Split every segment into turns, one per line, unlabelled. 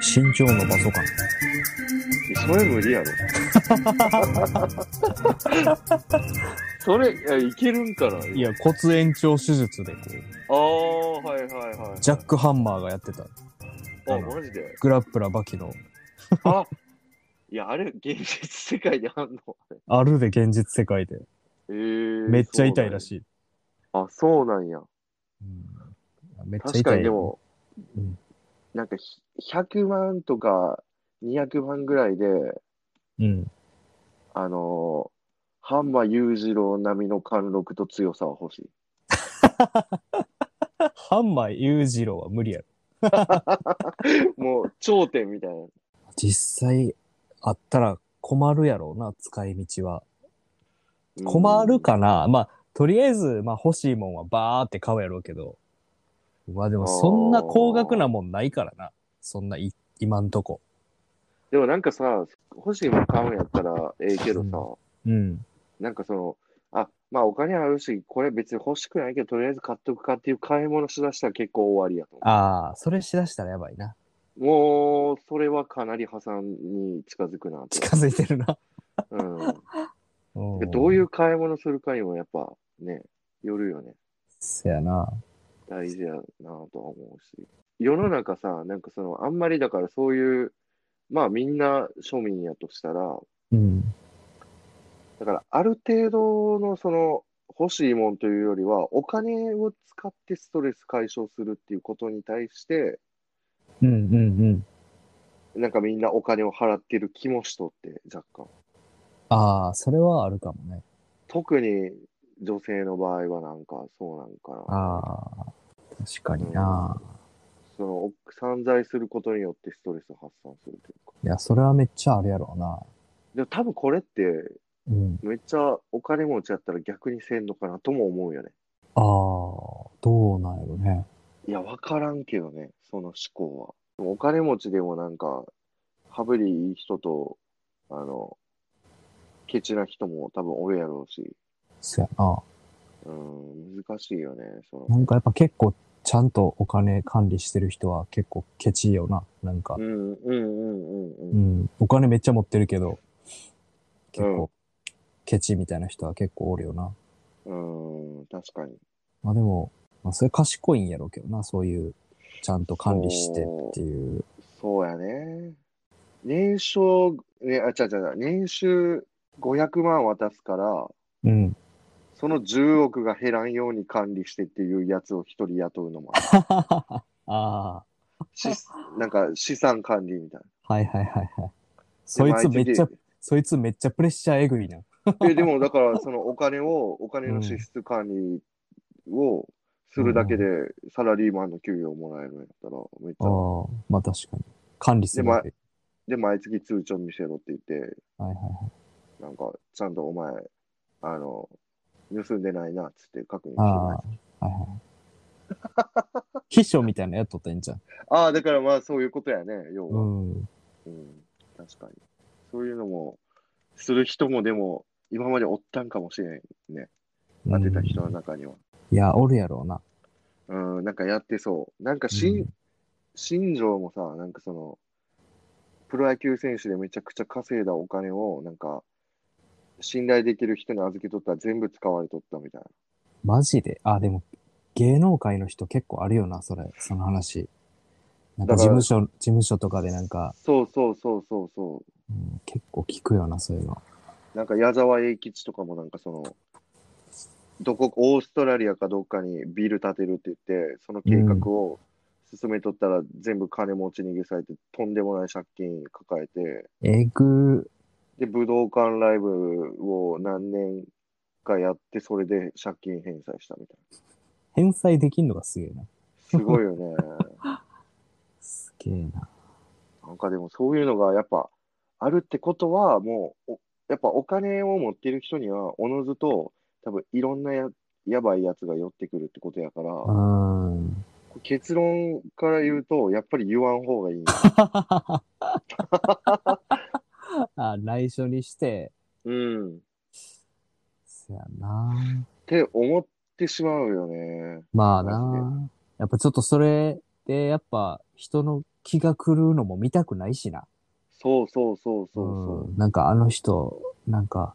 身長の場所感。
それ無 理やろ。それ、いやいけるんかない
いや、骨延長手術でこう、
ああ、はいはいはい。
ジャックハンマーがやってた、
あ、マジで。
グラップラバキの、
あいや、あれ、現実世界であんの。
あるで現実世界で、
えー、
めっちゃ痛いら
い。
しい。
あ、そうなんや。
うんめっちゃ
確か
痛
に
い。
でも、
うん
なんかひ100万とか200万ぐらいで、
うん。
あのー、ハンマー裕次郎並みの貫禄と強さは欲しい。
ハンマー裕次郎は無理やろ。
もう頂点みたいな。
実際、あったら困るやろうな、使い道は。
うん
困るかな、まあ、とりあえず、まあ、欲しいもんはバーって買うやろうけど。まあ、でも、そんな高額なもんないからな。そんない、今んとこ。
でもなんかさ、欲しいもん買うんやったらええけどさ、
うん。
なんかその、あ、まあお金あるし、これ別に欲しくないけど、とりあえず買っとくかっていう買い物しだしたら結構終わりやと思
ああ、それしだしたらやばいな。
う。もう、それはかなり破産に近づくなと。
近づいてるな。
う んん。どういう買い物するかにもやっぱね、よるよね。
せやな。
大事やなとは思うし。世の中さ、なんかその、あんまりだからそういう、まあみんな庶民やとしたら、
うん。
だから、ある程度のその欲しいもんというよりは、お金を使ってストレス解消するっていうことに対して、
うんうんうん。
なんかみんなお金を払ってる気もしとって、若干。
ああ、それはあるかもね。
特に女性の場合はなんかそうなんかな。
ああ、確かにな。
そのお散財することによってストレスを発散するというか。
いや、それはめっちゃあるやろうな。
でも多分これって、
うん。
めっちゃお金持ちやったら逆にせんのかなとも思うよね。
ああ、どうなんやろね。
いや、わからんけどね、その思考は。でもお金持ちでもなんか、羽振りいい人と、あの、ケチな人も多分おるやろうし、
せやな。
うん、難しいよね、その。
なんかやっぱ結構ちゃんとお金管理してる人は結構ケチいよな。なんか
う、ん、うん、うん、うん、
う
うん。
ん。お金めっちゃ持ってるけど、結構ケチみたいな人は結構おるよな。
うん、確かに。
まあでも、まあそれ賢いんやろうけどな。そういう、ちゃんと管理してっていう。
そうやね。年商、ね、あ、ちゃちゃちゃ、年収500万渡すから、
うん。
その10億が減らんように管理してっていうやつを一人雇うのもある
ああ、
しなんか資産管理みたいな。
はいはいはいはい。そいつめっちゃ
毎、月
そいつめっちゃプレッシャーえぐいな。
え、でもだから、そのお金を、お金の支出管理をするだけで、サラリーマンの給与をもらえるんやったら、めっち
ああ
ゃ。、
まあ確かに。管理するわけ。
で、毎月通帳見せろって言って、
はいはいはい。
なんか、ちゃんとお前、あの、盗んでないな、つって確認して
ああ
ない。、
はいはい。秘書みたいなのやっとったんじゃん。
ああ、だからまあ、そういうことやね、要
う
は。
ん。
うん、確かに。そういうのも、する人もでも、今までおったんかもしれんね。当てた人の中には。
いや、おるやろうな。
うん、なんかやってそう。なんかしん、
うん
新庄もさ、なんかその、プロ野球選手でめちゃくちゃ稼いだお金を、なんか、信頼できる人に預けとったら全部使われとったみたいな。
マジで。あ、でも、芸能界の人結構あるよな、それ、その話。なんか
だ
事
か
務
ら
所、事務所とかでなんか、
そうそうそうそうそ
うん結構聞くよな、そういうの。
う。なんか矢沢永吉とかもなんかその、どこ、オーストラリアかどっかにビル建てるって言って、その計画を進めとったら全部金持ち逃げされて、とんでもない借金抱えて、
えぐ
で、武道館ライブを何年かやって、それで借金返済したみたい
返済できんのがすげえな。
な。すごいよ ね。
すげえな。
なんかでもそういうのがやっぱあるってことは、もうお、やっぱお金を持ってる人には、おのずと多分いろんなや、やばいやつが寄ってくるってことやから、
うーん。
結論から言うと、やっぱり言わん方がいい。
あ、内緒にして、
うん。っ
そやな。
て思っってしまうよね。
まあな。やっぱちょっとそれで、やっぱ人の気が狂うのも見たくないしな。
そうそうそうそうそう。
うんなんかあの人、なんか、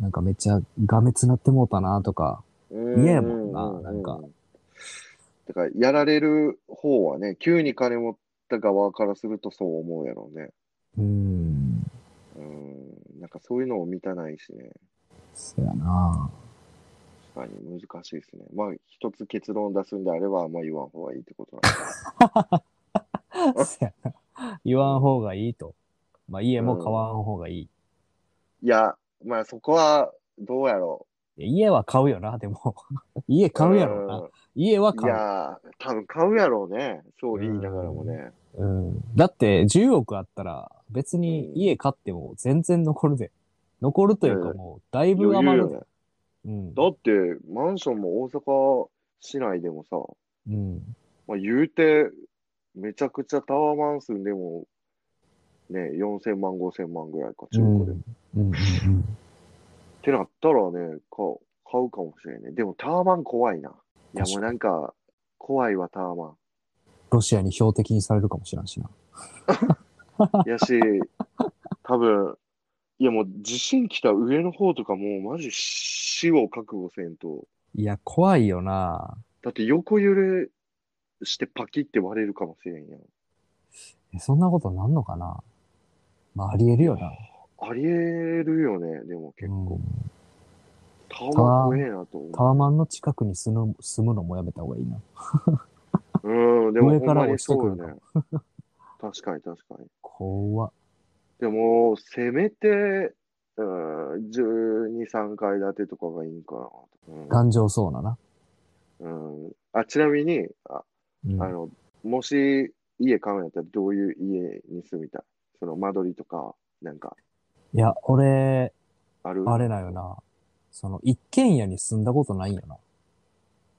なんかめっちゃがめつなってもうたなとか。嫌やもんななんか。
だから、やられる方はね、急に金持った側からするとそう思うやろうね。
うん。
うん。なんかそういうのを満たないしね。
そうやな。
確かに難しいですね。まあ、一つ結論出すんであれば、あんま言わん方がいいってことなんで。
そうやな。言わん方がいいと。まあ家も買わん方がいい。
いや、まあそこは、どうやろ
いや家は買うよな、でも。家
う。
買うやろな。家は
うん。い
買う。
や、多分買うやろうね。そう言いながらもね。
うん、だって10億あったら別に家買っても全然残るで。残るというか
うん
もうだいぶ
余裕
余
よ
る
ね
で。。うん。
だって、マンションも大阪市内でもさ、
うん。
まあ、言うて、めちゃくちゃタワーマンスでも、ね、4000万、5000万ぐらいか、中古で。っ
うん。
てなったらね、買う買うかもしれんね。でもタワーマン怖いな。い
確
や、
かに
もうなんか、怖いわ、タワーマ
ロシアに標的にされるかもしれんしな。
ン。やし、多分、いやもう地震来た上の方とかもうマジ死を覚悟せんと。
いや、怖いよな。
だって横揺れしてパキって割れるかもしれんやん。
えそんなことなんのかなまあ、ありえるよな。
ありえるよね、でも結構。
うん
タワー怖えなと思う
タ。ワマンの近くに住む住むのもやめた方がいいな。
うん、でも
上
ほ
から
んま
落
に
ちて
そう
く
よ
る
ね
の。
確かに確かに。
怖っ
でも、せめて、うん、12、3階建てとかがいいんかな。
頑丈そうなな。
うん。うん、あちなみに、あ
うん
あの、もし家買うんやったらどういう家に住みたいその間取りとか、なんか、
いや、俺、
ある
あれなよ。な。その、一軒家に住んだことないよな。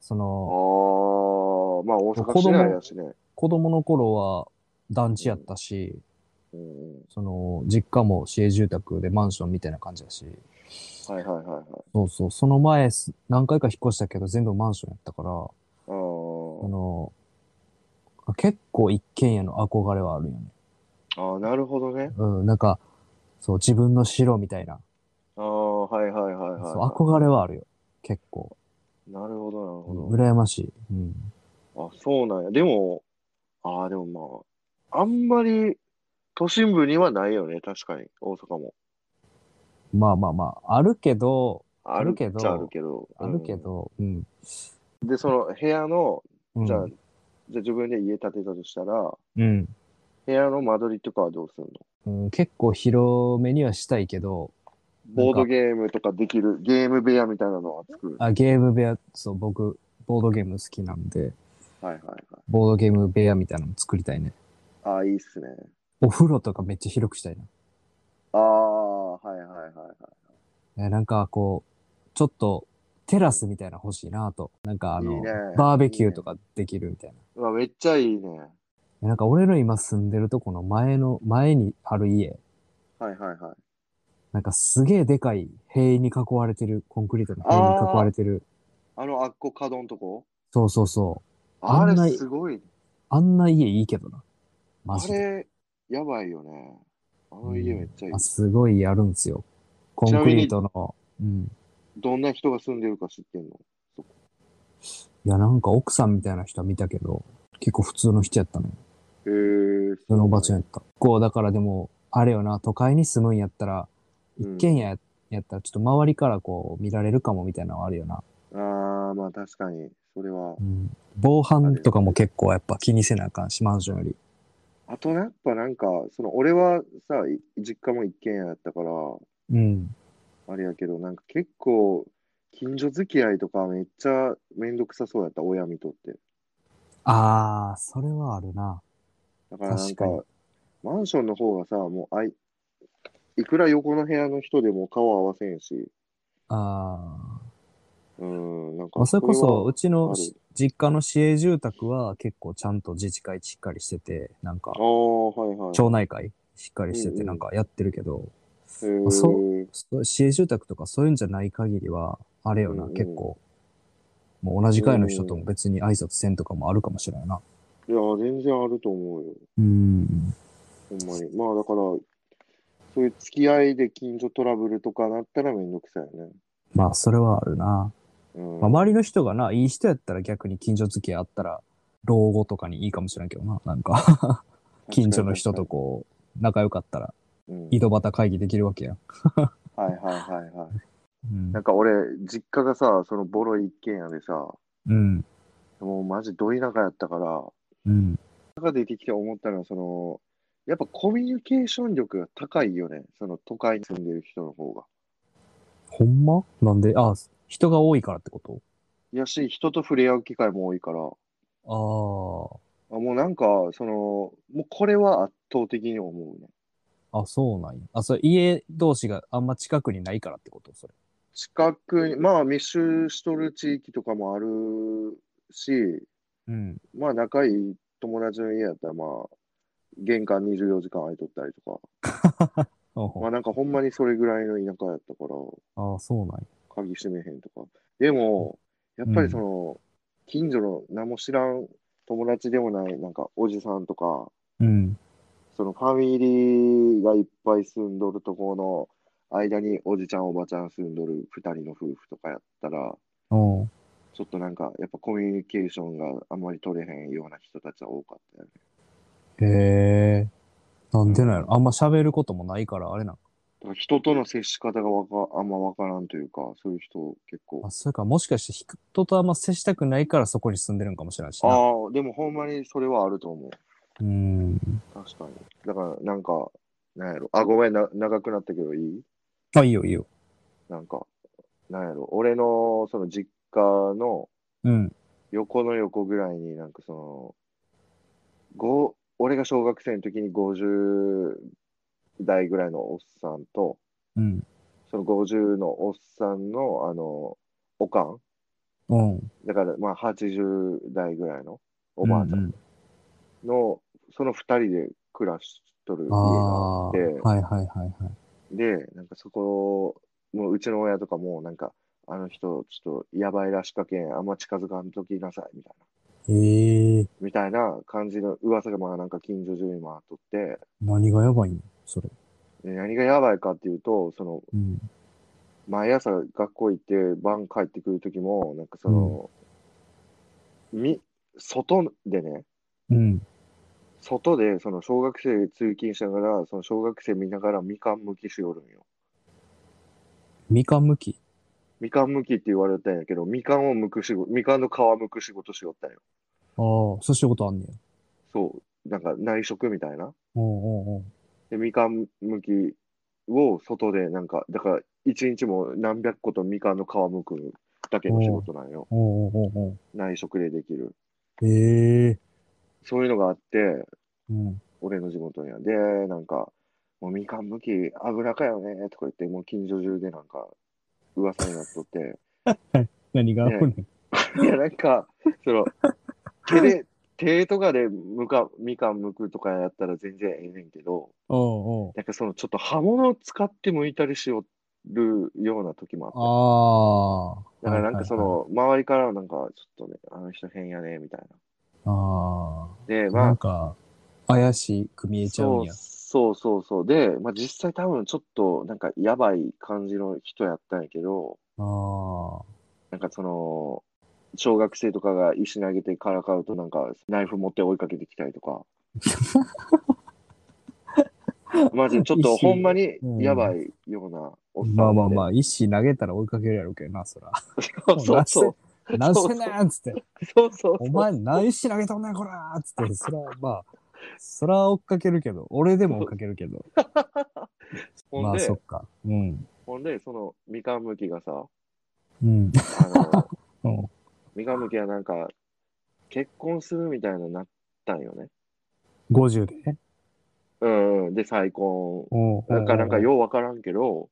そ
ああ
の、
ー、まあ大阪市内やしね。
子供の頃は団地やったし、
うんうん。
その、実家も市営住宅でマンションみたいな感じだし、
はいはいはいはい。
そうそう、その前す、何回か引っ越したけど全部マンションやったから、
あー
あの、結構一軒家の憧れはあるよね。
あー、なるほどね。
うん、なんか、そう、自分の城みたいな。
ああ、はいはいはいはい、
そう、憧れはあるよ。結構。
なるほどなるほど。
羨ましい。うん。
あ、そうなんや。でも、ああ、でもまあ、あんまり都心部にはないよね、確かに、大阪も。
まあまあまあ、あるけど、
あ
ある
る
け
っ
ど
ちゃあるけど。
あるけど、うん。
うん。で、その部屋の、
うん
じゃあ、じゃあ自分で家建てたとしたら、
うん。
部屋の間取りとかはどうすんの
うん、結構広めにはしたいけど、
ボードゲームとかできる、ゲーム部屋みたいなのは作る。
あ、ゲーム部屋、そう、僕、ボードゲーム好きなんで、
はいはいはい。
ボードゲーム部屋みたいなの作りたいね。
ああ、いいっすね。
お風呂とかめっちゃ広くしたい
ああ、はいはいはいはい。
な。えなんかこう、ちょっとテラスみたいなの欲しいなと。なんかあの、
いいね
バーベキューとかできるみたいな。
うわ、めっちゃいいね。
えなんか俺の今住んでるとこの前の、前にある家、
はいはいはい。
なんかすげえでかい塀に囲われてる、コンクリートの塀に囲われてる。
あの、あっこ角んとこ
そうそうそう。
あ
あんな
れ
い
すごいね。
あんな家いいけどな。
あ
マジで。
れ、やばいよね。あの家めっちゃいい。
あすごいやるんですよ。コンクリートの。うん。
どんな人が住んでるか知ってんの
いや、なんか奥さんみたいな人は見たけど、結構普通の人やったね。
へえ。
普通のおばちゃんやった。こう、だからでも、あれよな、都会に住むんやったら、
うん
一軒家やったらちょっと周りからこう見られるかもみたいなのはあるよな。
ああ、まあ確かに。それは
う。ん。防犯とかも結構やっぱ気にせなあかんし、マンションより。
あとやっぱなんか、その俺はさ、い実家も一軒家だったから、
うん。
あれやけど、なんか結構、近所付き合いとかめっちゃめんどくさそうやった、親見とって。
あー、それはあるな。
だからなん
確
か
かに、
マンションの方がさ、もうあい、いくら横の部屋の人でも顔合わせんし、
あー。
うん、なんか
まあ、それこそ、
は
うちの
ある
し実家の市営住宅は結構ちゃんと自治会しっかりしてて、なんか
あ、あ、はいはい。
町内会しっかりして
うんう
て、
ん
なんかやってるけど、
へえ
あそうそう市営住宅とかそういうんじゃない限りは、あれよな、
うんうん
結構、もう同じ会の人とも別に挨拶せんとかもあるかもしれないな。
いや、全然あると思うよ。
うん。
ほんまに。まあだから、そういう付き合いで近所トラブルとかなったらめんどくさいよね。
まあ、それはあるな。
うん。
まあ、周りの人がな、いい人やったら逆に近所付き合いあったら、老後とかにいいかもしれんけどな。なん か、近所の人とこう、仲良かったら、
うん。
井戸端会議できるわけやん。
はいはいはいはい。
うん
なんか俺、実家がさ、そのボロい一軒家でさ、
うん。
もうマジど田舎やったから、
うん。
田舎出てきて思ったのは、その、やっぱコミュニケーション力が高いよね。その都会に住んでる人の方が。
ほんまなんで、あ、人が多いからってこ
いやし、人と触れ合う機会も多いから、あ
と
もうなんか、その、もうこれは圧倒的に思うね。
ああ。あ、そうなんや。あ、それ家同士があんま近くにないからってことそれ。
近くに、まあ密集しとる地域とかもあるし、
うん。
まあ仲いい友達の家やったら、まあ、玄関24時間空いとったりとか、
ほう
ま
ほ
あ
う
なんかほんまにそれぐらいの田舎やったから、
ああ、そうなんや。
鍵閉めへんとか。でも、やっぱりその、近所の何も知らん友達でもない、なんかおじさんとか、
うん。
そのファミリーがいっぱい住んどるところの間におじちゃんおばちゃん住んどる2人の夫婦とかやったら、
おう
ちょっとなんかやっぱコミュニケーションがあんまり取れへんような人たちは多かったよね。
へえ。なんでなんやろあんま喋ることもないから、あれなんか。
だから人との接し方がわかあんまわからんというか、そういう人結構
あ、。それか、もしかして人とあんま接したくないからそこに住んでるんかもしれないし
あ
な。
あ、でもほんまにそれはあると思う。
うん。
確かに。だから、なんか、なんやろ。あ、ごめんな、長くなったけどいい
あ、いいよいいよ。
なんか、なんやろ。俺の、その実家の
うん。
横の横ぐらいになんかその、ご、俺が小学生の時に50代ぐらいのおっさんと、
うん。
その50のおっさんの、あの、おかん。
うん。
だから、まあ、80代ぐらいのおばあちゃ
うんん
の、その2人で暮らしとる家
うん。
があ
ああ
っ
ー。
て、
はいはいはいはい。
で、なんかそこ、もううちの親とかも、なんか、あの人、ちょっとやばいらしかけん、あんま近づかんときなさい、みたいな、
ええ。
みたいな感じの噂が、まあなんか近所中に回っとって、
何がやばいのそれ。
で何がやばいかっていうと、その、
うん。
毎朝学校行って、晩帰ってくるときも、なんかその、み、外でね、
うん。
外で、その小学生通勤しながら、その小学生見ながらみかんむきしよるんよ。
みかんむき。
みかんむきって言われたんやけど、みかんをむく仕事、みかんの皮むく仕事しよったんよ。
ああ、そう仕事あんねや。
そう、なんか内職みたいな。
おうおうおう。
で、みかんむきを外で、なんか、だから、一日も何百個とみかんの皮むくだけの仕事なんよ。
おうおうおうおう。
内職でできる。
ええ。
そういうのがあって、
うん。
俺の地元には。で、なんか、もうみかんむき油かよねとか言って、もう近所中でなんか、噂になっとって。
何があるね
いや、なんか、その、手で、手とかでむか、みかんむくとかやったら全然ええねんけど、
おうおう。
なんかそのちょっと刃物を使って剥いたりしよるような時もあっ
ああ。
た。だからなんかその、周りからはなんか、ちょっとね、あの人変やね、みたい
あ
な。
あ、
で、
な
ま
ん
あ、
か、怪しく見えちゃう
そ
ん
う
や。
そうそうそう。で、まあ実際多分ちょっとなんかやばい感じの人やったんやけど、
あ
なんかその、小学生とかが石投げてからかうとなんかナイフ持って追いかけてきたりと か。マジちょっと
石
ほんまにやばいような
あ。
おっさんで。
まあまあまあ、石投げたら追いかけるやろうけどな、 そら。
そうそう そう。
何してんねんっつって。
そうそうそう。
お前、何石投げたんねん、こらっつ って。そら、まあ、そら追っかけるけど、俺でも追っかけるけど。
ほ
ま
ん
あ、
で、
そっか。うん。
ほんで、そのみかんむきが さ、
うん。
あ
う
の、
ん
みかんむきはなんか結婚するみたいなのになったんよね。
50でね。
うんうん。で、再婚。
おう
なんか、なんか、
っ
ようわからんけど、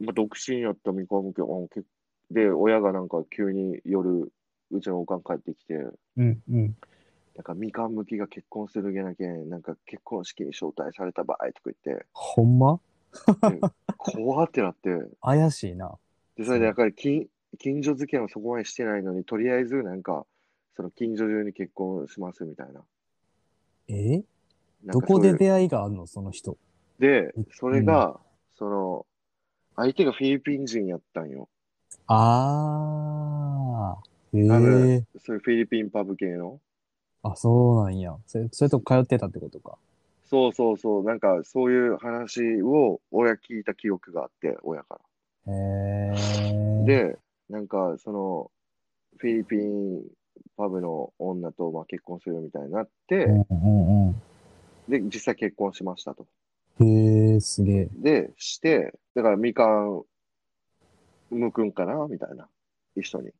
まあ、独身やったみかんむけ、あけで、親がなんか急に夜、うちのおかん帰ってきて、な
うん、うん。
んかみかんむきが結婚するげなけん、なんか結婚式に招待された場合とか言って、
ほんま
怖ってなって、
怪しいな。
で、それでやっぱり近近所付き合いもそこまでしてないのに、とりあえずなんか、その近所中に結婚しますみたいな。
え
なん
ど
かそ
こ
うい
で
う
出会いがあるのその人。
で、それが、その、相手がフィリピン人やったんよ。
あー。え
あ
ー
る。そういうフィリピンパブ系の。
あ、そうなんや。それ、それと通ってたってことか。
そうそうそう、なんかそういう話を親聞いた記憶があって、親から。
へえ。、
で、なんかそのフィリピンパブの女とまあ結婚するみたいになって
う、んうんうん。
で、実際結婚しましたと。
へえ、すげえ。
で、して、だからみかん、むくんかなみたいな。一緒 に。っ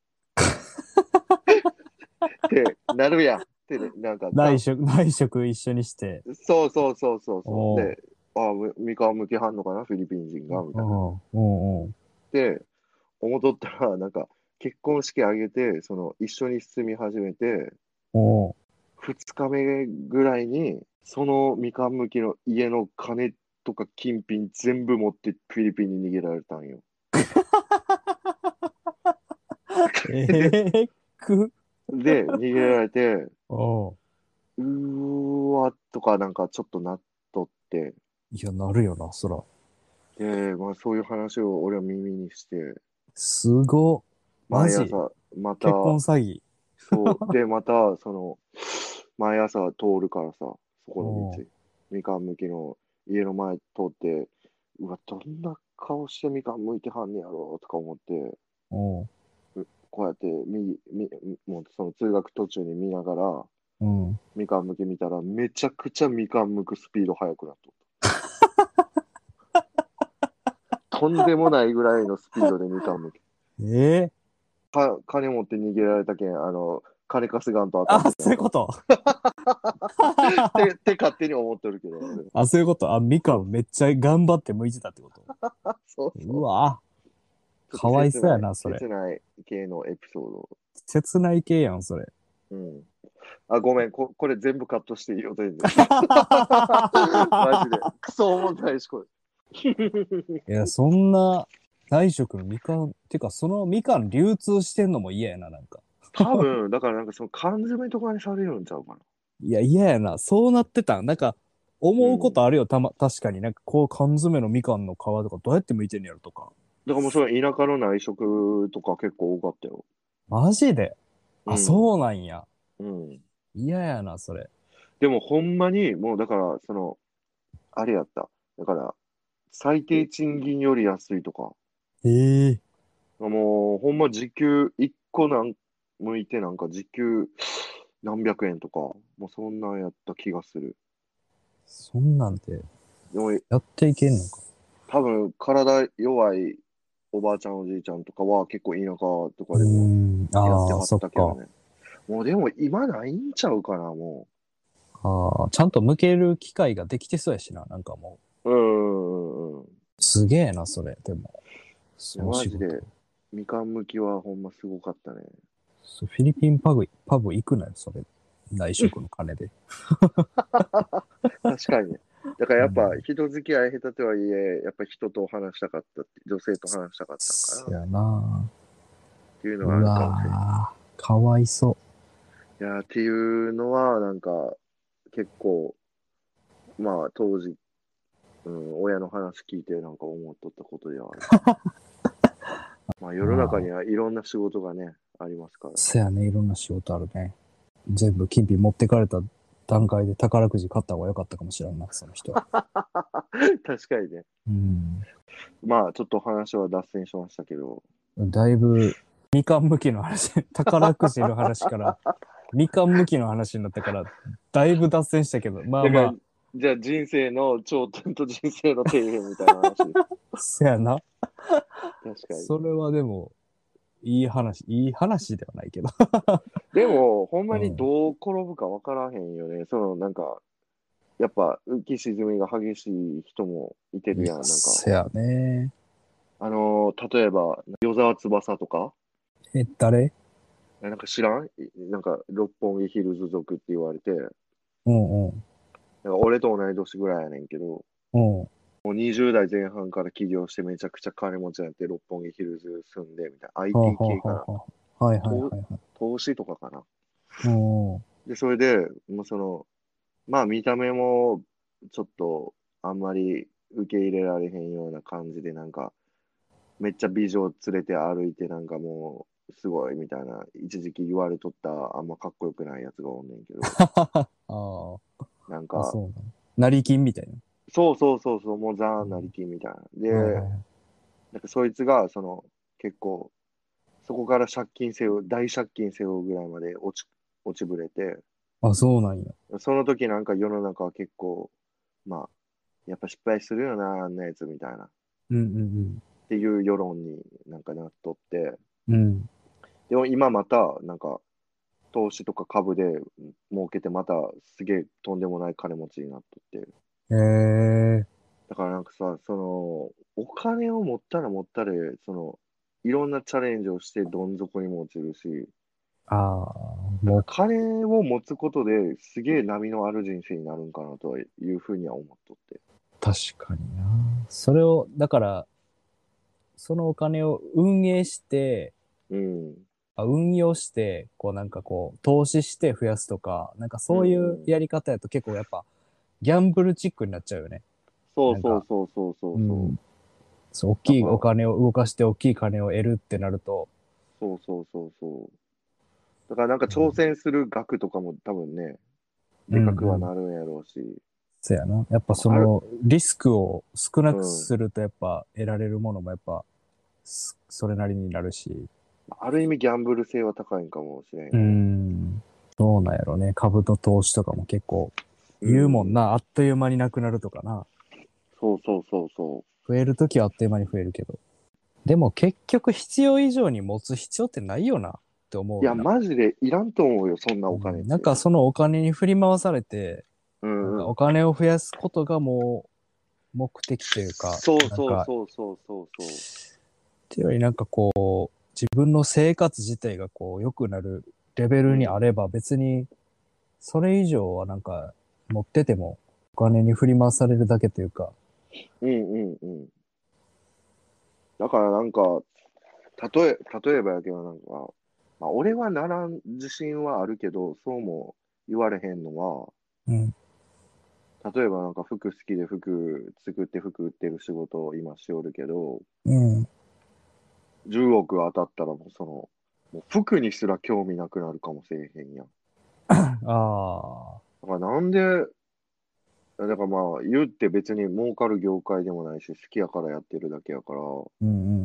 てなるやん。ってね、なんか、
内職、内職一緒にして。
そうそうそうそうそ
お
う。
う
で、あみかん向きはんのかなフィリピン人がみたいな。
うんうん。
って思っとったら、なんか、結婚式挙げて、その、一緒に住み始めて、
おう
二日目ぐらいに、そのみかん向きの家の金とか金品全部持ってフィリピンに逃げられたんよ。
えー、く。
で、逃げられて、
おう
うーわとかなんかちょっとなっとって、
いや、なるよな、そら。
で、まあそういう話を俺は耳にして、
すごっ。マ
毎
ジ
朝、また
結、婚詐欺。
そう、で、また、その、毎朝通るからさ、そこの道、みかん向きの家の前通って、うわ、どんな顔してみかん向いてはんねやろうとか思って、
おう
こうやって右、みもうその通学途中に見ながら、
うん。
みかん向き見たら、めちゃくちゃみかん向くスピード速くなっとった。とんでもないぐらいのスピードでみかん向き。
ええ
か金持って逃げられたけん、あの、金貸すがんとあかん
あ
み、た
そうい
な
うこと。
ってって勝手に思ってるけど。
あ、そういうこと。あ、みかんめっちゃ頑張って向いてたってこと。
そう
うわ
そう
かわいそうやなそれ
切ない系のエピソ
切ない系やん、それ。
ード。うん。あ、ごめん、ここれ全部カットしていいよ、全然。 マ
い
ジで。クソ重たいし、これ。
や、そんな、大食のみかん、てか、そのみかん流通してんのも嫌やな、なんか。
多分、だからなんかその缶詰とかにされるんちゃうかな。
いや、嫌やな。そうなってたん。なんか、思うことあるよ、たま、確かに。なんか、こう、缶詰のみかんの皮とか、どうやって剥いてんのやろとか。
だからもうそれ田舎の内食とか結構多かったよ。
マジであ、
う
そうなんや。
ん。うん。
嫌やな、それ。
でもほんまに、もうだから、その、あれやった。だから、最低賃金より安いとか。
ええ
もう、ほんま時給、1個なん、向いてなんか時給何百円とか、もうそんなんやった気がする。
そんなんて、
でも、
やっていけんのか。
多分、体弱いおばあちゃんおじいちゃんとかは結構田舎とか
う
でも
ん。
やって
ああ、
は
そ
っ
ったか
け。どね。もうでも今ないんちゃうかな、も
ああ、ちゃんと剥ける機会ができてそうやしな、なんかも
う。うんうんうん。
う。すげえな、それ。でも。その仕事
マジでみかん向きはほんますごかったね。
そうフィリピンパブ、パブ行くなよ、それ。内職の金で。
確かに。だからやっぱ人付き合い下手とはいえ、やっぱ人と話したかったって、女性と話したかったん
そ
かな
やな
っていう
う
のはあるかもしれない。
わぁ、かわいそ
いやーっていうのは、なんか、結構、まあ、当時、うん、親の話聞いて、なんか思っとったことではある。 まあ、世の中にはいろんな仕事がね、ありますから
う。。そやね、いろんな仕事あるね。全部金品持ってかれた段階で宝くじ買った方が良かったかもしれんな、その人 は。
確かにね。
うん。
まあ、ちょっと話は脱線しましたけど、
だいぶ、みかん向きの話、 宝くじの話から、みかん向きの話になったから、だいぶ脱線したけど、まあ
だか
ま
らじゃあ人生の頂点と人生の底辺みたいな 話。確か
あ、そやな。
に。
それはでも、いい話、いい話ではないけど。
でも、ほんま
う
に
ん
どう転ぶかわからへんよね。その、なんか、やっぱ、浮き沈みが激しい人もいてるやん。なんか、
そやね。
あのー例えば、与沢翼とか、
え、誰
なんか知らんいなんか、六本木ヒルズ族って言われて、なんか
うんうん。
俺と同い年ぐらいやねんけど、
うん。
もう20代前半から起業してめちゃくちゃ金持ちになって六本木ヒルズ住んでみたいな IT
はあは
系
あ
かな
はあはいはいはいはい。
投資とかかな
おー
でそれでもうそのまあ見た目もちょっとあんまり受け入れられへんような感じでなんかめっちゃ美女を連れて歩いてなんかもうすごいみたいな一時期言われとったあんまかっこよくないやつがおんね んけど
ああ、あ、
なんか
そうなの。成金みたい
そうそうそうそうもうザーンなりきみたいなで、
な。はいはいはい
なんかそいつがその結構そこから借金背負う大借金背負うぐらいまで落ち落ちぶれて
あ、そうなんや。
その時なんか世の中は結構まあやっぱ失敗するよなあんなやつみたいなっ
うんうん
ていう世論になんかなっとって
うん。うん。
でも今またなんか投資とか株で儲けてまたすげえとんでもない金持ちになっとって
へえ。
だからなんかさそのお金を持ったら持ったでそのいろんなチャレンジをしてどん底にも落ちるし
ああ、もう、
金を持つことですげえ波のある人生になるんかなとはいうふうには思っとって。
確かにな。それを、だから、そのお金を運営して、
うん。
あ運用して、こうなんかこう、投資して増やすとか、なんかそういうやり方やと結構やっぱ、ギャンブルチックになっちゃうよね。
そうそうそうそうそうそう。
そう、大きい
だから
お金を動かして大きい金を得るってなると、
そうそうそうそう。だからなんか挑戦する額とかも多分ね、でかくは
うん
なるんやろうし。
そうやな。やっぱその、リスクを少なくするとやっぱ得られるものもやっぱ、すそれなりになるし。
ある意味ギャンブル性は高いんかもしれん。
うん。どうなんやろね。株の投資とかも結構言うもん
な。
な。あっという間になくなるとかな。
そうそうそうそ
増えるときはあっという間に増えるけど。でも結局必要以上に持つ必要ってないよなって思
う。
う
い
よ
や、
な。
マジでいらんと思うよ、そんなお金っ
う
て。
んなんか、そのお金に振り回されて、
う
なん
ん
か
うん。
お金を増やすことがもう目的というか、
そう
なん
そう
かっ
そうそうそうそう。
ていうよりなんかこう、自分の生活自体がこう良くなるレベルにあれば別に、それ以上はなんか持っててもお金に振り回されるだけというか、
うんうんうん。だからなんか、例え、例えばやけどなんか、まあ、俺はならん自信はあるけど、そうも言われへんのは、
うん。
例えばなんか服好きで服作って服売ってる仕事を今しおるけど、
うん。
10億当たったらもうその、もう服にすら興味なくなるかもしれへんやん。
ああ。
だからなんで、だからまあ言って別に儲かる業界でもないし、好きやからやってるだけやから、
うんうん。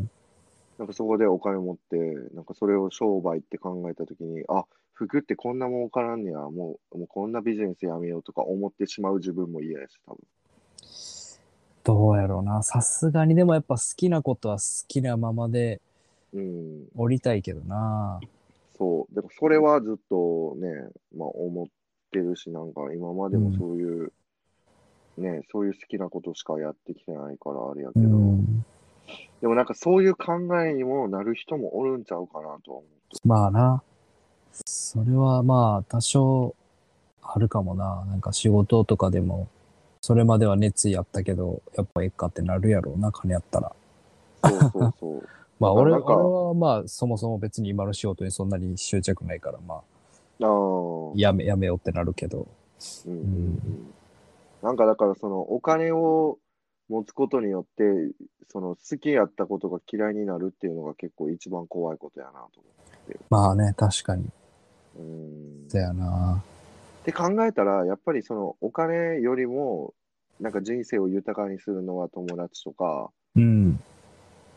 なんかそこでお金持って、なんかそれを商売って考えたときに、あ、服ってこんな儲からんねや、もう、もうこんなビジネスやめようとか思ってしまう自分も嫌やし、多分。
どうやろうな。さすがにでもやっぱ好きなことは好きなままで
うん、
降りたいけどな。
そう。でもそれはずっとね、まあ思ってるし、なんか今までもそういう、ね、そういう好きなことしかやってきてないからあれやけ
う
ど、
ん。
でもなんかそういう考えにもなる人もおるんちゃうかなとは思
まあな。それはまあ多少あるかもな。なんか仕事とかでも、それまでは熱意あったけど、やっぱええかってなるやろうな、金あったら。
う。そうそう そう。
まあ俺
なんか
俺はまあそもそも別に今の仕事にそんなに執着ないから、ま
あ
あ
あ。
やめ、やめようってなるけど。
うんうんうんなんかだからそのお金を持つことによってその好きやったことが嫌いになるっていうのが結構一番怖いことやなと
まあね、確かに。
思う。うん、っ
だよな。
て考えたらやっぱりそのお金よりもなんか人生を豊かにするのは友達とか、
うん。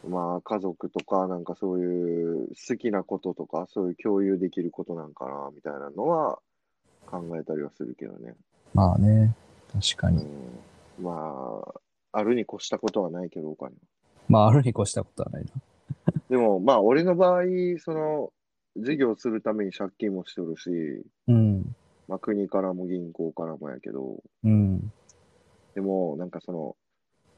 まあ、家族とかなんかそういう好きなこととかそういう共有できることなんかなみたいなのは考えたりはするけどね。
まあね、確か
う
に。
ん、まああるに越したことはないけどお金は。
まああるに越したことはないな。
でも、まあ、俺の場合、その、事業するために借金もしてるし、
うん。
まあ、国からも銀行からもやけど、
うん。
でも、なんかその、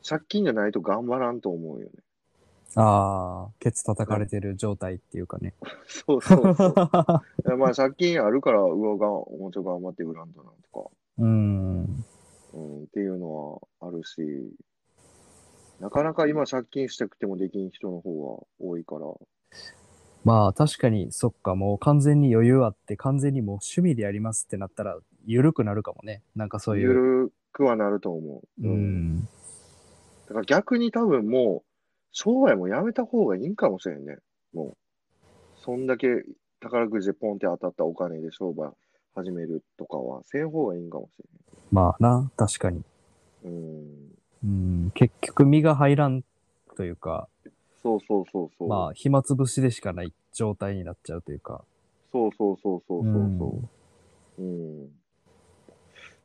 借金じゃないと頑張らんと思うよね。
ああ、ケツ叩かれてる状態っていうかね。
そうそ うそう。まあ、借金あるから、うわ、がもうちょい頑張って売らんとなんとか、
うん。
うん、っていうのはあるし、なかなか今借金したくてもできん人の方が多いから。
まあ確かに、そっか、もう完全に余裕あって、完全にもう趣味でやりますってなったら、緩くなるかもね。なんかそういう。
ゆるくはなると思う。
う。ん。
だから逆に多分もう、商売もやめた方がいいんかもしれんね。もう。そんだけ宝くじでポンって当たったお金で商売始めるとかは、せん方がいいんかもし
まあな、確かに。
れん。うん。
うん。結局身が入らんというか、
そうそうそうそう。
まあ暇つぶしでしかない状態になっちゃうというか。
そうそうそうそうそうそう。うん。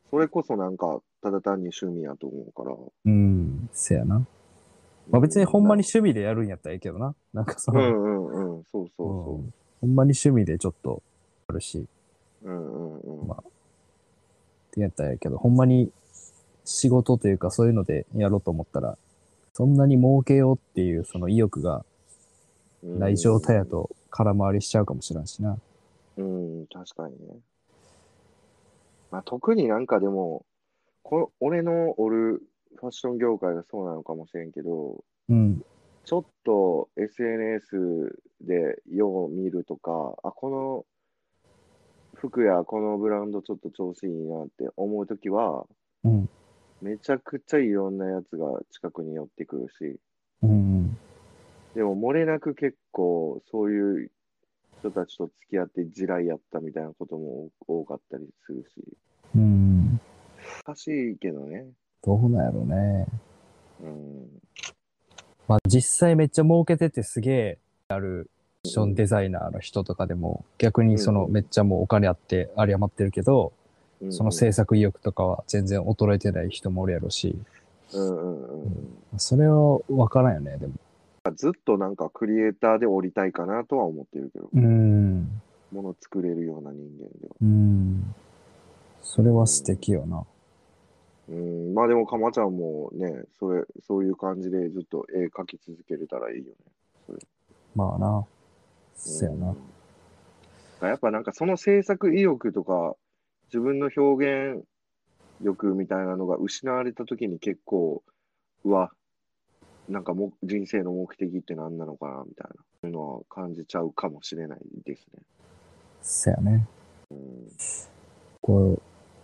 それこそなんか、ただ単に趣味やと思うから。
うん。せやな。まあ別にほんまに趣味でやるんやったらええけどな。なんかそ
うん
の、
うんうん。そうそう
う
そ
んほんまに趣味でちょっとあるし、っ
う。うんうんうん。
まあてやったらええけど、ほんまに仕事というかそういうのでやろうと思ったら、そんなに儲けようっていうその意欲が
うん
ない状態や。と空回りしちゃうかもしれんしな。
うん、確かにね。まあ特になんかでも、こ俺のおるファッション業界がそうなのかもしれんけど、
うん。
ちょっと SNS でよう見るとか、あ、この服やこのブランドちょっと調子いいなって思うときは、
うん。
めちゃくちゃいろんなやつが近くに寄ってくるし、
うん。
でも漏れなく結構そういう人たちと付き合って地雷やったみたいなことも多かったりするし、
うん。
難しいけどね。
どうなんやろうね。
うん。
まあ実際めっちゃ儲けててすげえあるファッションデザイナーの人とかでも逆にそのめっちゃもうお金あってあり余ってるけど、
うん
その制作意欲とかは全然衰えてない人もおるやろし、
うんうんうんうん。
それは分からんよね、でも。
ずっとなんかクリエイターで降りたいかなとは思ってるけど、
うん。
もの作れるような人間では。
うん。それは素敵よな。
うん。まあでも、かまちゃんもね、それ、そういう感じでずっと絵描き続けれたらいいよね。
まあな。そやな。
うん。やっぱなんかその制作意欲とか、自分の表現力みたいなのが失われた時に結構、うわ、なんかもう人生の目的って何なのかなみたいなそういうのは感じちゃうかもしれないです ね。
そやね。
うん、
こう、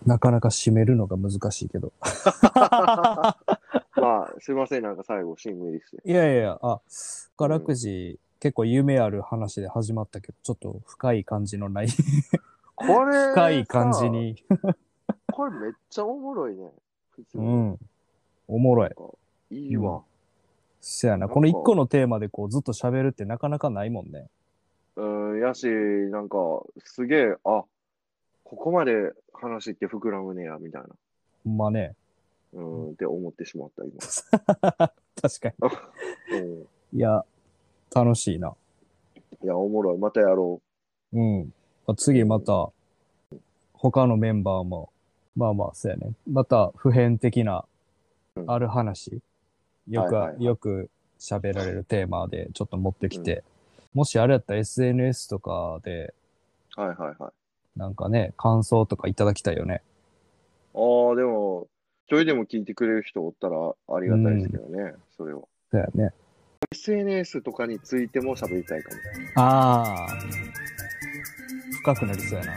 なかなか締めるのが難しいけど。
まあ、すいません、なんか最後、シン無理して。
いやいやいや、あ、宝くじ、結構夢ある話で始まったけど、ちょっと深い感じのない、
これさ、
深い感じに、
これめっちゃおもろいね。普通
う
に
ん、おもろい。
いいわ。
そやな。この一個のテーマでこうずっと喋るってなかなかないもんね。
うん、やし、なんか、すげえ、あ、ここまで話って膨らむねや、みたいな、
ほんまね。
うん、って思ってしまった、今。
確 か
うん
に。いや、楽しいな。
いや、おもろい。またやろ
うん。まあ次また、他のメンバーも、まあまあ、そうやね。また普遍的な
う、ん
ある話、よく、
はいはいはい
よく喋られるテーマでちょっと持ってきて、もしあれやったら SNS とかで、
う。はいはいはい。
なんかね、感想とかいただきたいよね。
ああ、でも、一人でも聞いてくれる人おったらありがたいですけどね、それは。
そうやね。
SNS とかについても喋りたいかも。
ああ。深くなりそうやな。